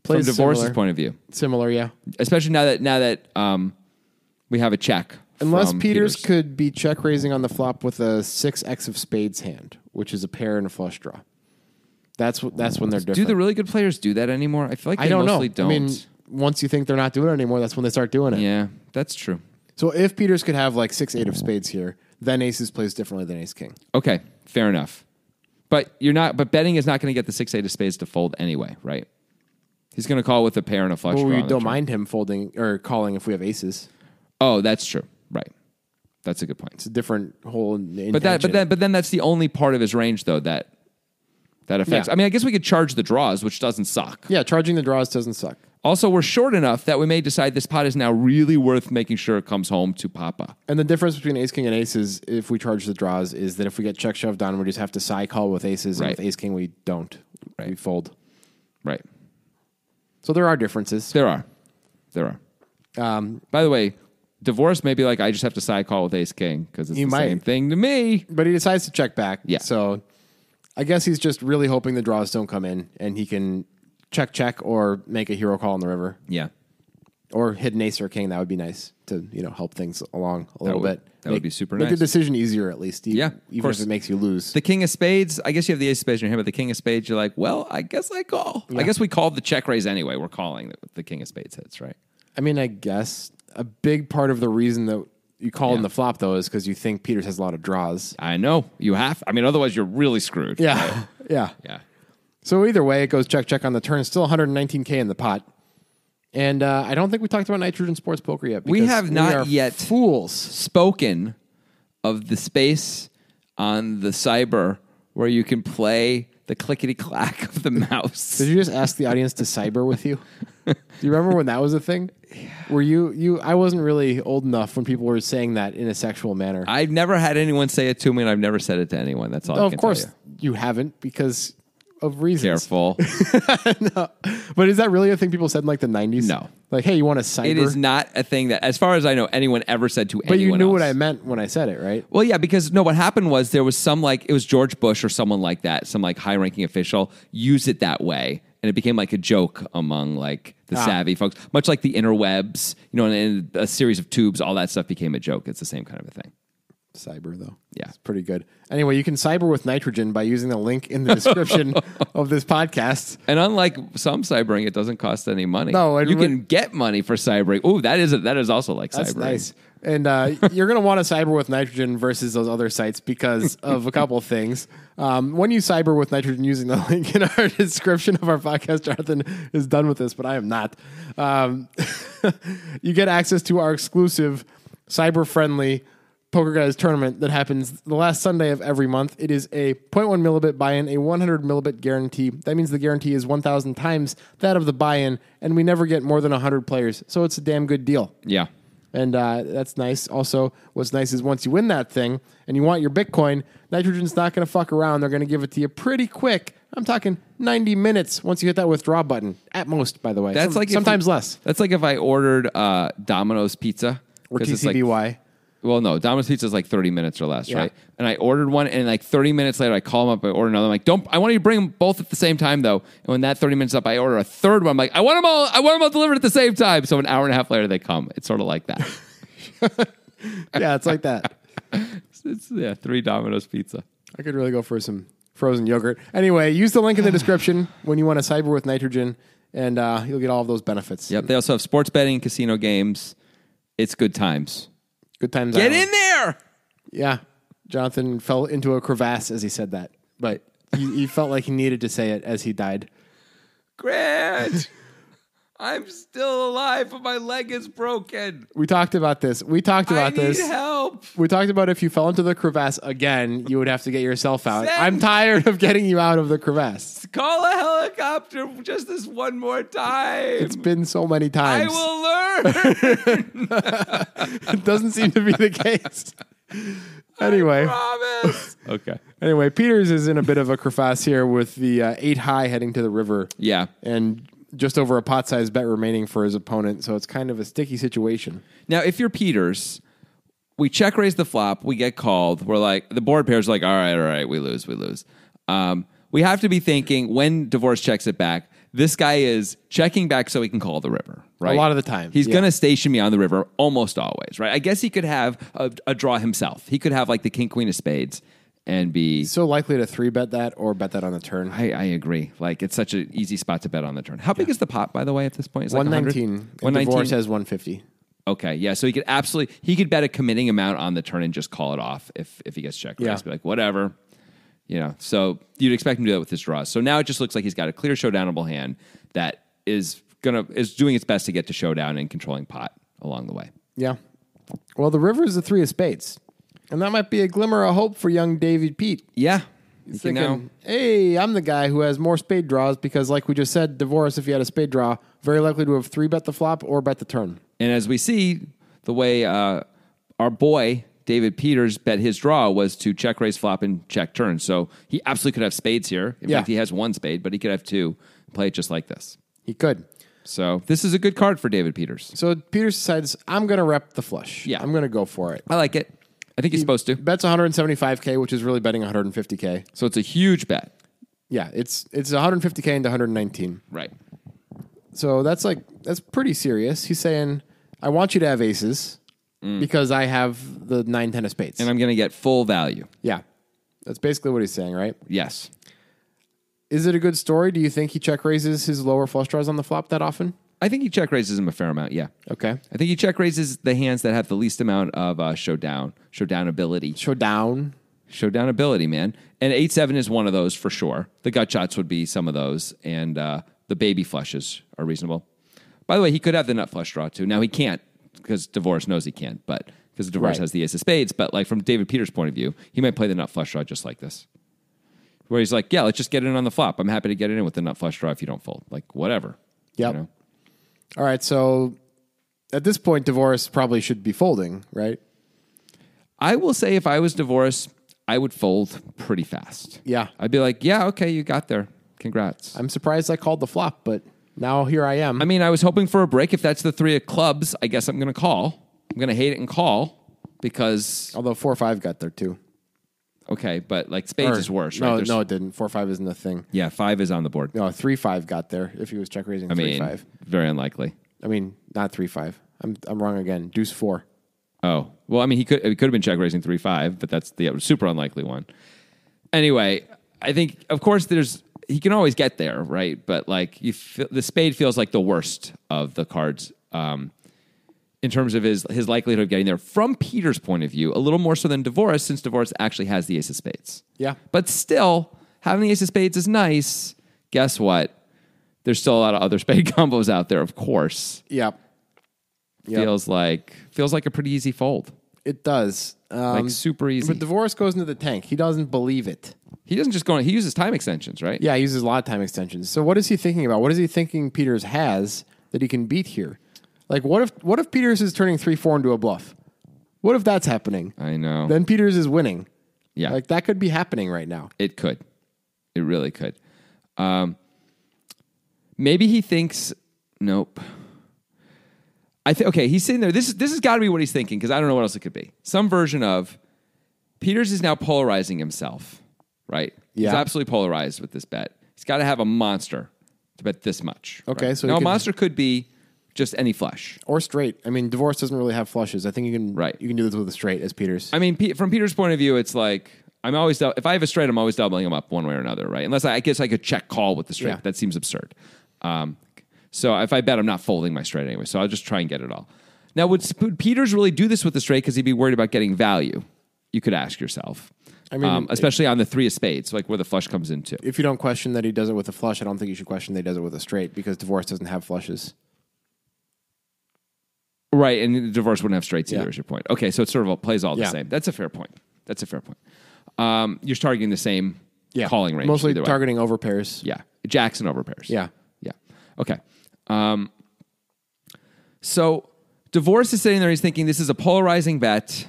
C: Plays
A: From divorce's
C: similar.
A: point of view,
C: Similar, yeah.
A: especially now that now that um, we have a check.
C: Unless
A: from
C: Peters, could be check raising on the flop with a six X of spades hand, which is a pair and a flush draw. That's what that's when they're different.
A: do the really good players do that anymore? I feel like they
C: I don't know.
A: mostly don't.
C: I mean, once you think they're not doing it anymore, that's when they start doing it.
A: yeah, that's true.
C: So if Peters could have like six eight of spades here, then aces plays differently than ace king.
A: Okay, fair enough. But you're not. But betting is not going to get the six eight of spades to fold anyway, right? He's going to call with a pair and a flush
C: Well,
A: draw.
C: we
A: on the
C: don't
A: turn.
C: mind him folding or calling if we have aces.
A: Oh, that's true. Right. That's a good point.
C: It's a different whole. Intention.
A: But that. But then. But then that's the only part of his range though that that affects.
C: Yeah.
A: I mean, I guess we could charge the draws, which doesn't suck.
C: yeah, charging the draws doesn't suck.
A: Also, we're short enough that we may decide this pot is now really worth making sure it comes home to Papa.
C: And the difference between ace king and aces, if we charge the draws, is that if we get check shoved on, we just have to side call with aces,
A: Right.
C: and with ace king we don't. We
A: Right.
C: fold.
A: Right.
C: So there are differences.
A: There are. There are.
C: Um,
A: By the way, divorce may be like I just have to side call with Ace King because it's
C: You
A: the
C: might.
A: same thing to me.
C: but he decides to check back.
A: Yeah.
C: So I guess he's just really hoping the draws don't come in, and he can check check or make a hero call on the river
A: Yeah.
C: or hit an ace or a king. That would be nice to you know help things along a little
A: would-
C: bit.
A: that would
C: Make-
A: be super
C: Make
A: nice.
C: the decision easier at least. e-
A: Yeah, of
C: even
A: course.
C: if it makes you lose.
A: The King of Spades, I guess you have the Ace of Spades in your hand, but the King of Spades, you're like, well, I guess I call. I guess we called the check raise anyway. We're calling the, the King of Spades hits, right?
C: I mean, I guess a big part of the reason that you call in the flop though is because you think Peters has a lot of draws.
A: I know. You have. I mean, otherwise you're really screwed.
C: Yeah, yeah.
A: Yeah.
C: So either way, it goes check check on the turn. Still 119k in the pot. And uh, I don't think we talked about nitrogen sports poker yet.
A: We
C: because
A: have not
C: are
A: yet-
C: fools.
A: Spoken of the space on the cyber where you can play the clickety clack of the mouse.
C: Did you just ask the audience to cyber with you? Do you remember when that was a thing? Were you you? I wasn't really old enough when people were saying that in a sexual manner.
A: I've never had anyone say it to me, and I've never said it to anyone. That's all. I
C: of
A: can
C: course,
A: tell you.
C: you. haven't because of reasons.
A: careful.
C: But is that really a thing people said in like the 90s?
A: No.
C: Like, hey, you want to cyber?
A: it is not a thing that, as far as I know, anyone ever said to
C: But
A: anyone.
C: you knew what
A: else.
C: I meant when I said it, right?
A: Well, yeah, because no, what happened was there was some like it was George Bush or someone like that, some like high ranking official used it that way, and it became like a joke among like the
C: Ah.
A: savvy folks, much like the interwebs, you know, and, and a series of tubes, all that stuff became a joke. It's the same kind of a thing.
C: Cyber, though.
A: Yeah.
C: It's pretty good. Anyway, you can cyber with nitrogen by using the link in the description of this podcast.
A: And unlike some cybering, it doesn't cost any money.
C: No, it
A: you
C: would-
A: can get money for cybering. Oh, that is a, that is also like
C: That's
A: cybering.
C: nice. And uh, you're going to want to cyber with nitrogen versus those other sites because of a couple of things. Um, when you cyber with nitrogen using the link in our description of our podcast, Jonathan is done with this, but I am not. Um, you get access to our exclusive cyber friendly Poker Guys tournament that happens the last Sunday of every month. It is a 0.1 millibit buy in, a 100 millibit guarantee. That means the guarantee is 1,000 times that of the buy in, and we never get more than 100 players. So it's a damn good deal.
A: Yeah.
C: And uh, that's nice. Also, what's nice is once you win that thing and you want your Bitcoin, nitrogen's not going to fuck around. They're going to give it to you pretty quick. I'm talking 90 minutes once you hit that withdraw button, at most, by the way.
A: That's
C: Some-
A: like if
C: sometimes
A: you-
C: less.
A: That's like if I ordered uh, Domino's pizza
C: Or
A: 'cause it's like-
C: TCBY.
A: well, no, Domino's pizza is like thirty minutes or less,
C: Yeah.
A: right? And I ordered one, and like thirty minutes later, I call them up, I order another. I'm like, don't. I want you to bring them both at the same time, though. And when that thirty minutes up, I order a third one. I'm like, I want them all. I want them all delivered at the same time. So an hour and a half later, they come. It's sort of like that.
C: yeah, it's like that.
A: it's yeah, three Domino's pizza.
C: I could really go for some frozen yogurt. Anyway, use the link in the description when you want to cyber with nitrogen, and uh, you'll get all of those benefits.
A: Yep. They also have sports betting, casino games. It's good times.
C: Good times.
A: Get
C: Island.
A: in there.
C: Yeah. Jonathan fell into a crevasse as he said that, but he, he felt like he needed to say it as he died.
A: Grant, I'm still alive, but my leg is broken.
C: We talked about this. We talked about this.
A: help.
C: We talked about if you fell into the crevasse again, you would have to get yourself out.
A: Send-
C: I'm tired of getting you out of the crevasse.
A: Call a helicopter just this one more time.
C: It's been so many times.
A: will learn.
C: It doesn't seem to be the case. anyway,
A: promise. Okay.
C: anyway, Peters is in a bit of a crevasse here with the uh, eight high heading to the river.
A: Yeah.
C: And just over a pot size bet remaining for his opponent. So it's kind of a sticky situation.
A: Now, if you're Peters, we check raise the flop. We get called. We're like the board pair's like, all right, all right, we lose, we lose. Um, we have to be thinking when divorce checks it back. This guy is checking back so he can call the river, right?
C: lot of the time,
A: he's
C: yeah.
A: gonna station me on the river almost always, right? I guess he could have a, a draw himself. He could have like the king queen of spades and be
C: So likely to three bet that or bet that on the turn.
A: I, I agree. Like it's such an easy spot to bet on the turn. How big is the pot, by the way, at this point? It's like 100?
C: 119. And
A: 119.
C: Divorce has 150.
A: Okay, yeah. So he could absolutely he could bet a committing amount on the turn and just call it off if if he gets check raised.
C: Yeah.
A: Be like whatever, you know. So you'd expect him to do that with his draws. So now it just looks like he's got a clear showdownable hand that is gonna is doing its best to get to showdown and controlling pot along the way.
C: Yeah. Well, the river is the three of spades, and that might be a glimmer of hope for young David Pete.
A: Yeah,
C: He's
A: You
C: thinking,
A: know,
C: hey, I'm the guy who has more spade draws because, like we just said, divorce. If you had a spade draw, very likely to have three bet the flop or bet the turn.
A: And as we see, the way uh, our boy David Peters bet his draw was to check raise flop and check turn. So he absolutely could have spades here. In
C: Yeah.
A: fact, he has one spade, but he could have two. Play it just like this.
C: He could.
A: So this is a good card for David Peters.
C: So Peters decides, I'm going to rep the flush.
A: Yeah.
C: I'm going to go for it.
A: I like it. I think he's supposed to.
C: Bets 175k, which is really betting 150k.
A: So it's a huge bet.
C: Yeah, it's it's 150k into 119.
A: Right.
C: So that's like that's pretty serious. He's saying, I want you to have aces because I have the nine ten of spades.
A: Mm. And I'm going to get full value.
C: yeah, that's basically what he's saying, right?
A: Yes.
C: Is it a good story? Do you think he check raises his lower flush draws on the flop that often?
A: I think he check raises him a fair amount. Yeah.
C: Okay,
A: I think he check raises the hands that have the least amount of uh, showdown, showdown ability.
C: showdown.
A: showdown ability, man. And eight seven is one of those for sure. The gut shots would be some of those, and uh, the baby flushes are reasonable. By the way, he could have the nut flush draw too. Now he can't because divorce knows he can't, but because divorce
C: Right.
A: has the ace of spades. But like from David Peters' point of view, he might play the nut flush draw just like this, where he's like, "Yeah, let's just get in on the flop. I'm happy to get in with the nut flush draw if you don't fold. Like whatever."
C: Yep. All right, so at this point, divorce probably should be folding, right?
A: I will say, if I was divorced, I would fold pretty fast.
C: Yeah.
A: I'd be like, "Yeah, okay, you got there. Congrats."
C: I'm surprised I called the flop, but now here I am.
A: I mean, I was hoping for a break. If that's the three of clubs, I guess I'm going to call. I'm going to hate it and call because
C: Although four five got there too.
A: okay, but like spades
C: Or-
A: is worse.
C: No,
A: right? There's-
C: no, it didn't. Four five isn't a thing.
A: yeah, five is on the board.
C: No, three five got there if he was check raising
A: I
C: three
A: mean,
C: five.
A: very unlikely.
C: I mean, not three five. I'm I'm wrong again. Deuce four.
A: Oh well, I mean, he could it could have been check raising three five, but that's the super unlikely one. Anyway, I think of course there's he can always get there, right? But like you, feel, the spade feels like the worst of the cards. Um, in terms of his his likelihood of getting there from Peter's point of view, a little more so than Divorce, since Divorce actually has the ace of spades.
C: Yeah.
A: But still, having the ace of spades is nice. Guess what? There's still a lot of other spade combos out there, of course.
C: Yep. Yep.
A: Feels like feels like a pretty easy fold.
C: It does. Um,
A: Like super easy.
C: But divorce goes into the tank. He doesn't believe it.
A: He doesn't just go on, he uses time extensions, right?
C: Yeah, he uses a lot of time extensions. So what is he thinking about? What is he thinking Peters has that he can beat here? Like what if what if Peters is turning three four into a bluff? What if that's happening?
A: I know.
C: Then Peters is winning.
A: yeah.
C: Like that could be happening right now.
A: It could. It really could. Um, maybe he thinks. Nope. I think. Okay, he's sitting there. This is this has got to be what he's thinking because I don't know what else it could be. Some version of Peters is now polarizing himself. Right. He's
C: Yeah.
A: absolutely polarized with this bet. He's got to have a monster to bet this much.
C: Okay,
A: right?
C: so he
A: now a
C: could-
A: monster could be just any flush.
C: Or straight. I mean, divorce doesn't really have flushes. I think you can
A: Right.
C: you can do this with a straight as Peters.
A: I mean, Pe- from Peter's point of view, it's like I'm always dou- if I have a straight, I'm always doubling him up one way or another, right? Unless I, I guess I could check call with the straight.
C: Yeah.
A: That seems absurd. Um, so if I bet, I'm not folding my straight anyway. So I'll just try and get it all. Now, would, Sp- would Peters really do this with the straight because he'd be worried about getting value? You could ask yourself. I
C: mean,
A: mean, especially on the three of spades, like where the flush comes in too.
C: if you don't question that he does it with a flush, I don't think you should question that he does it with a straight because divorce doesn't have flushes.
A: Right, and the divorce wouldn't have straights either.
C: Yeah.
A: Is your point? Okay, so it sort of plays all the
C: Yeah.
A: same. That's a fair point. That's a fair point. Um, you're targeting the same
C: Yeah.
A: calling range,
C: Mostly
A: either way.
C: targeting over pairs.
A: Yeah. Jackson over pairs.
C: Yeah.
A: Yeah. Okay. Um, so divorce is sitting there. He's thinking this is a polarizing bet,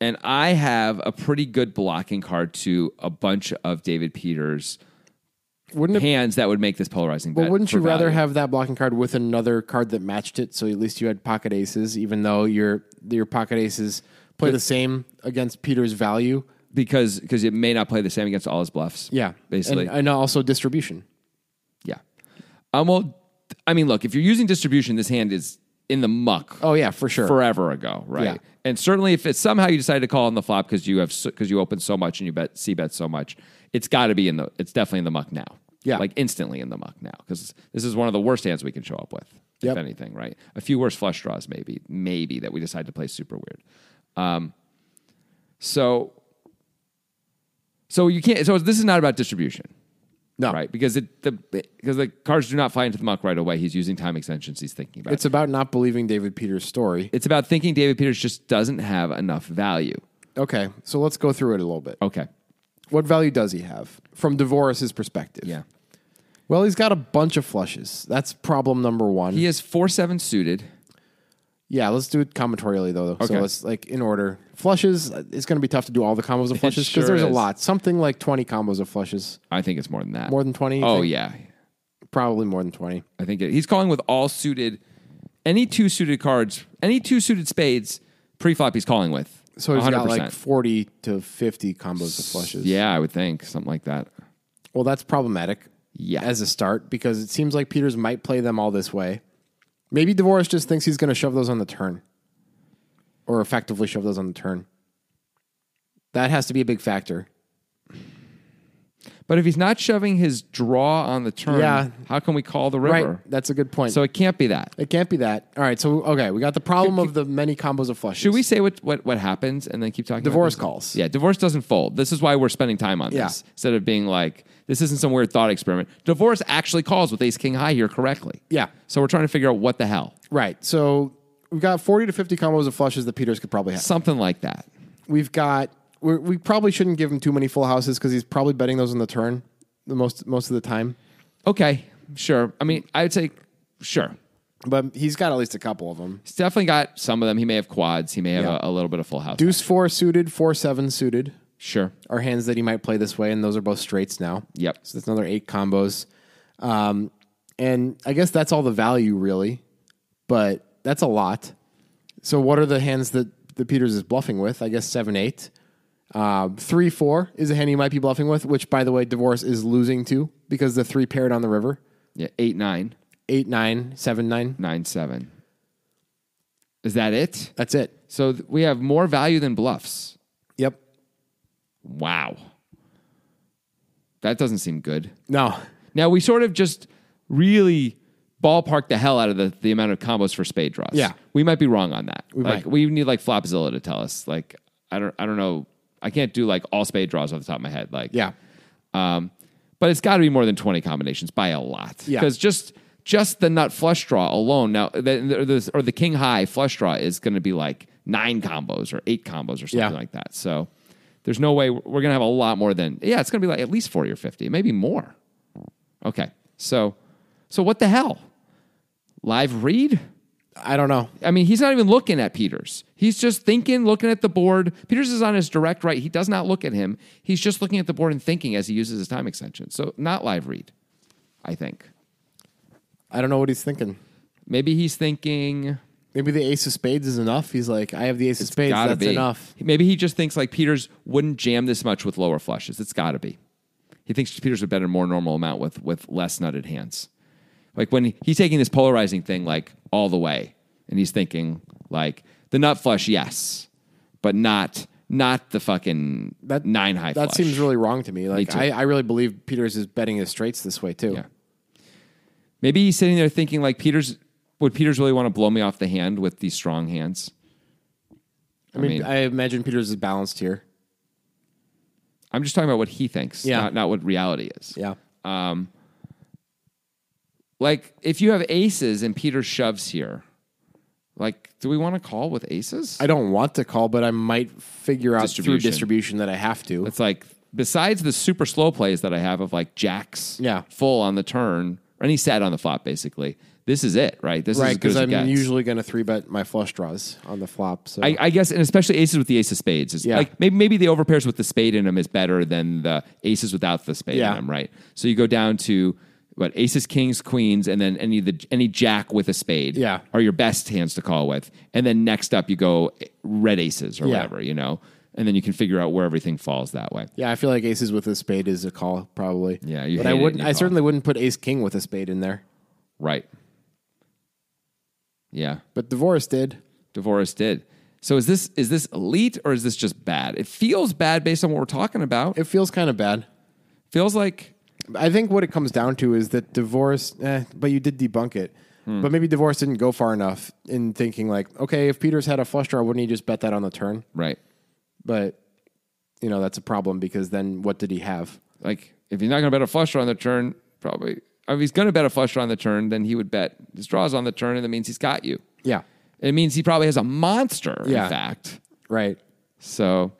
A: and I have a pretty good blocking card to a bunch of David Peters
C: Wouldn't it
A: hands that would make this polarizing bet.
C: But wouldn't
A: for
C: you rather
A: value.
C: have that blocking card with another card that matched it? So at least you had pocket aces, even though your your pocket aces play the same against Peter's value.
A: because because it may not play the same against all his bluffs. Basically.
C: and, and also distribution.
A: yeah. Um. Well, I mean, look, if you're using distribution, this hand is in the muck.
C: Oh yeah, for sure.
A: forever ago, right?
C: Yeah.
A: And certainly, if it's somehow you decide to call on the flop because you have because you open so much and you bet c bet so much, it's got to be in the it's definitely in the muck now.
C: Yeah.
A: like instantly in the muck now because this is one of the worst hands we can show up with. if
C: Yep.
A: anything, right? A few worse flush draws, maybe, maybe that we decide to play super weird. Um, so, so you can't. So this is not about distribution.
C: No.
A: right? Because it the because the cards do not fly into the muck right away. He's using time extensions. He's thinking about.
C: It's about not believing David Peters' story.
A: It's about thinking David Peters just doesn't have enough value.
C: Okay, so let's go through it a little bit.
A: Okay.
C: What value does he have from Devoris's perspective?
A: Yeah.
C: Well, he's got a bunch of flushes. That's problem number one.
A: He is four seven suited.
C: yeah, let's do it combinatorially though. So
A: Okay.
C: let's like in order. Flushes. uh, It's going to be tough to do all the combos of flushes
A: sure
C: because there's a
A: is.
C: lot. Something like twenty combos of flushes.
A: I think it's more than that.
C: More than 20, you
A: Oh
C: think?
A: yeah.
C: Probably more than twenty.
A: I think it, he's calling with all suited, any two suited cards, any two suited spades pre-flop. He's calling with.
C: So he's got
A: 100%.
C: like forty to fifty combos of flushes.
A: Yeah, I would think something like that.
C: Well, that's problematic.
A: Yeah.
C: As a start, because it seems like Peters might play them all this way. Maybe Dvorak just thinks he's going to shove those on the turn, or effectively shove those on the turn. That has to be a big factor.
A: But if he's not shoving his draw on the turn,
C: Yeah.
A: how can we call the
C: Right.
A: river?
C: That's a good point.
A: So
C: So
A: it can't be that.
C: it can't be that. All right. So okay, we got the problem of the many combos of flushes.
A: Should we say what, what, what happens and then keep talking? about
C: Divorce
A: this?
C: calls.
A: Yeah, divorce doesn't fold. This is why we're spending time on
C: Yeah.
A: this instead of being like this isn't some weird thought experiment. Divorce actually calls with Ace King High here correctly.
C: Yeah.
A: So we're trying to figure out what the hell,
C: Right. So we've got forty to fifty combos of flushes that Peters could probably have.
A: something like that.
C: we've got we're, we probably shouldn't give him too many full houses because he's probably betting those on the turn the most most of the time.
A: Okay, sure. I mean, I would say sure.
C: But he's got at least a couple of them.
A: He's definitely got some of them. He may have quads. He may have
C: Yeah.
A: a, a little bit of full house.
C: Deuce four suited, four seven suited
A: Sure.
C: are hands that he might play this way, and those are both straights now.
A: Yep.
C: So that's another eight combos. Um, and I guess that's all the value really, but that's a lot. So what are the hands that the Peters is bluffing with? I guess seven eight. Um, three four is a hand he might be bluffing with, which by the way, divorce is losing to because the three paired on the river.
A: Yeah, eight nine
C: Eight nine, seven nine.
A: nine seven. Is that it?
C: That's it.
A: So th- we have more value than bluffs.
C: Yep.
A: Wow. That doesn't seem good.
C: No.
A: Now we sort of just really ballpark the hell out of the, the amount of combos for spade draws.
C: Yeah.
A: We might be wrong on that. We like
C: might.
A: we need like Flopzilla to tell us. Like I don't I don't know. I can't do like all spade draws off the top of my head. Like
C: Yeah.
A: Um, but it's got to be more than 20 combinations by a lot.
C: Yeah.
A: Because just just the nut flush draw alone now, the, the, the- or the king high flush draw is going to be like nine combos or eight combos or something
C: Yeah.
A: like that. So there's no way we're going to have a lot more than yeah. It's going to be like at least 40 or 50, maybe more. Okay. So so what the hell? Live read.
C: I don't know.
A: I mean, he's not even looking at Peters. He's just thinking, looking at the board. Peters is on his direct right. He does not look at him. He's just looking at the board and thinking as he uses his time extension. So not live read, I think.
C: I don't know what he's thinking.
A: Maybe he's thinking.
C: Maybe the ace of spades is enough. He's like, I have the ace of spades.
A: gotta
C: That's
A: be
C: enough.
A: Maybe he just thinks like Peters wouldn't jam this much with lower flushes. It's got to be. He thinks Peters would bet a more normal amount with with less nutted hands. Like when he- he's taking this polarizing thing like all the way, and he's thinking like the nut flush, yes, but not not the fucking
C: That
A: nine high.
C: That
A: flush.
C: seems really wrong to me. Like
A: too.
C: I, I really believe Peters is betting his straights this way too.
A: Yeah. Maybe he's sitting there thinking like Peters would Peters really want to blow me off the hand with these strong hands?
C: I mean, I,
A: mean-
C: imagine Peters is balanced here.
A: I'm just talking about what he thinks,
C: Yeah.
A: not, not what reality is.
C: Yeah.
A: Like if you have aces and Peter shoves here, like do we want to call with aces?
C: I don't want to call, but I might figure out through
A: Distribution.
C: distribution that I have to.
A: it's like besides the super slow plays that I have of like jacks,
C: Yeah.
A: full on the turn, or any set on the flop, basically. This is it, right? This is
C: right,
A: as good
C: because
A: as it
C: I'm
A: gets.
C: usually going to three bet my flush draws on the flop. So
A: I, I guess, and especially aces with the ace of spades. Is
C: Yeah.
A: Like maybe, maybe the overpairs with the spade in them is better than the aces without the spade in
C: Yeah.
A: them, right? So you go down to what aces, kings, queens, and then any of the any jack with a spade.
C: Yeah.
A: are your best hands to call with, and then next up you go eh, red aces or
C: Yeah.
A: whatever you know, and then you can figure out where everything falls that way.
C: yeah, I feel like aces with a spade is a call probably.
A: Yeah, you
C: but
A: hate
C: I
A: it and
C: wouldn't.
A: you
C: I
A: call.
C: certainly wouldn't put ace king with a spade in there.
A: Right. Yeah.
C: But divorce did.
A: Devoris did. So is this is this elite or is this just bad? It feels bad based on what we're talking about. It
C: It feels kind of bad.
A: feels like
C: I think what it comes down to is that divorce. Eh, but you did debunk it.
A: Hmm.
C: But maybe Divorce didn't go far enough in thinking like, okay, if Peters had a flush draw, wouldn't he just bet that on the turn?
A: Right.
C: But you know that's a problem because then what did he have?
A: Like, if he's not going to bet a flusher on the turn, probably. If he's going to bet a flusher on the turn, then he would bet his draws on the turn, and that means he's got you.
C: Yeah,
A: It means he probably has a monster,
C: Yeah.
A: in fact.
C: right.
A: So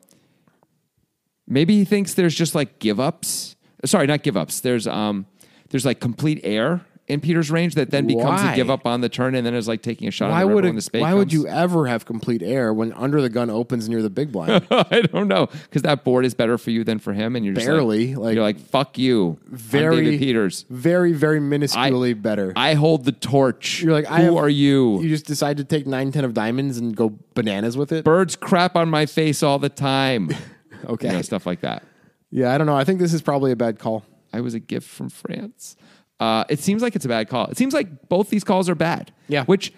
A: maybe he thinks there's just like give ups. Sorry, not give ups. There's um there's like complete air in Peter's range that then becomes
C: Why?
A: a give up on the turn and then is like taking a shot
C: Why
A: on the
C: would
A: river
C: it,
A: when the spade
C: why
A: comes.
C: would you ever have complete air when under the gun opens near the big blind?
A: I don't know because that board is better for you than for him, and you're just
C: Barely,
A: like,
C: like-
A: you're like fuck you, I'm
C: very
A: David Peters.
C: very very minusculely better.
A: I hold the torch.
C: You're like,
A: who
C: I have-
A: are you?
C: you just decide to take nine ten of diamonds and go bananas with it.
A: Birds crap on my face all the time.
C: Okay.
A: you know, stuff like that.
C: Yeah, I don't know. I think this is probably a bad call.
A: I was a gift from France. Uh, it seems like it's a bad call. It seems like both these calls are bad.
C: Yeah.
A: Which,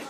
B: home.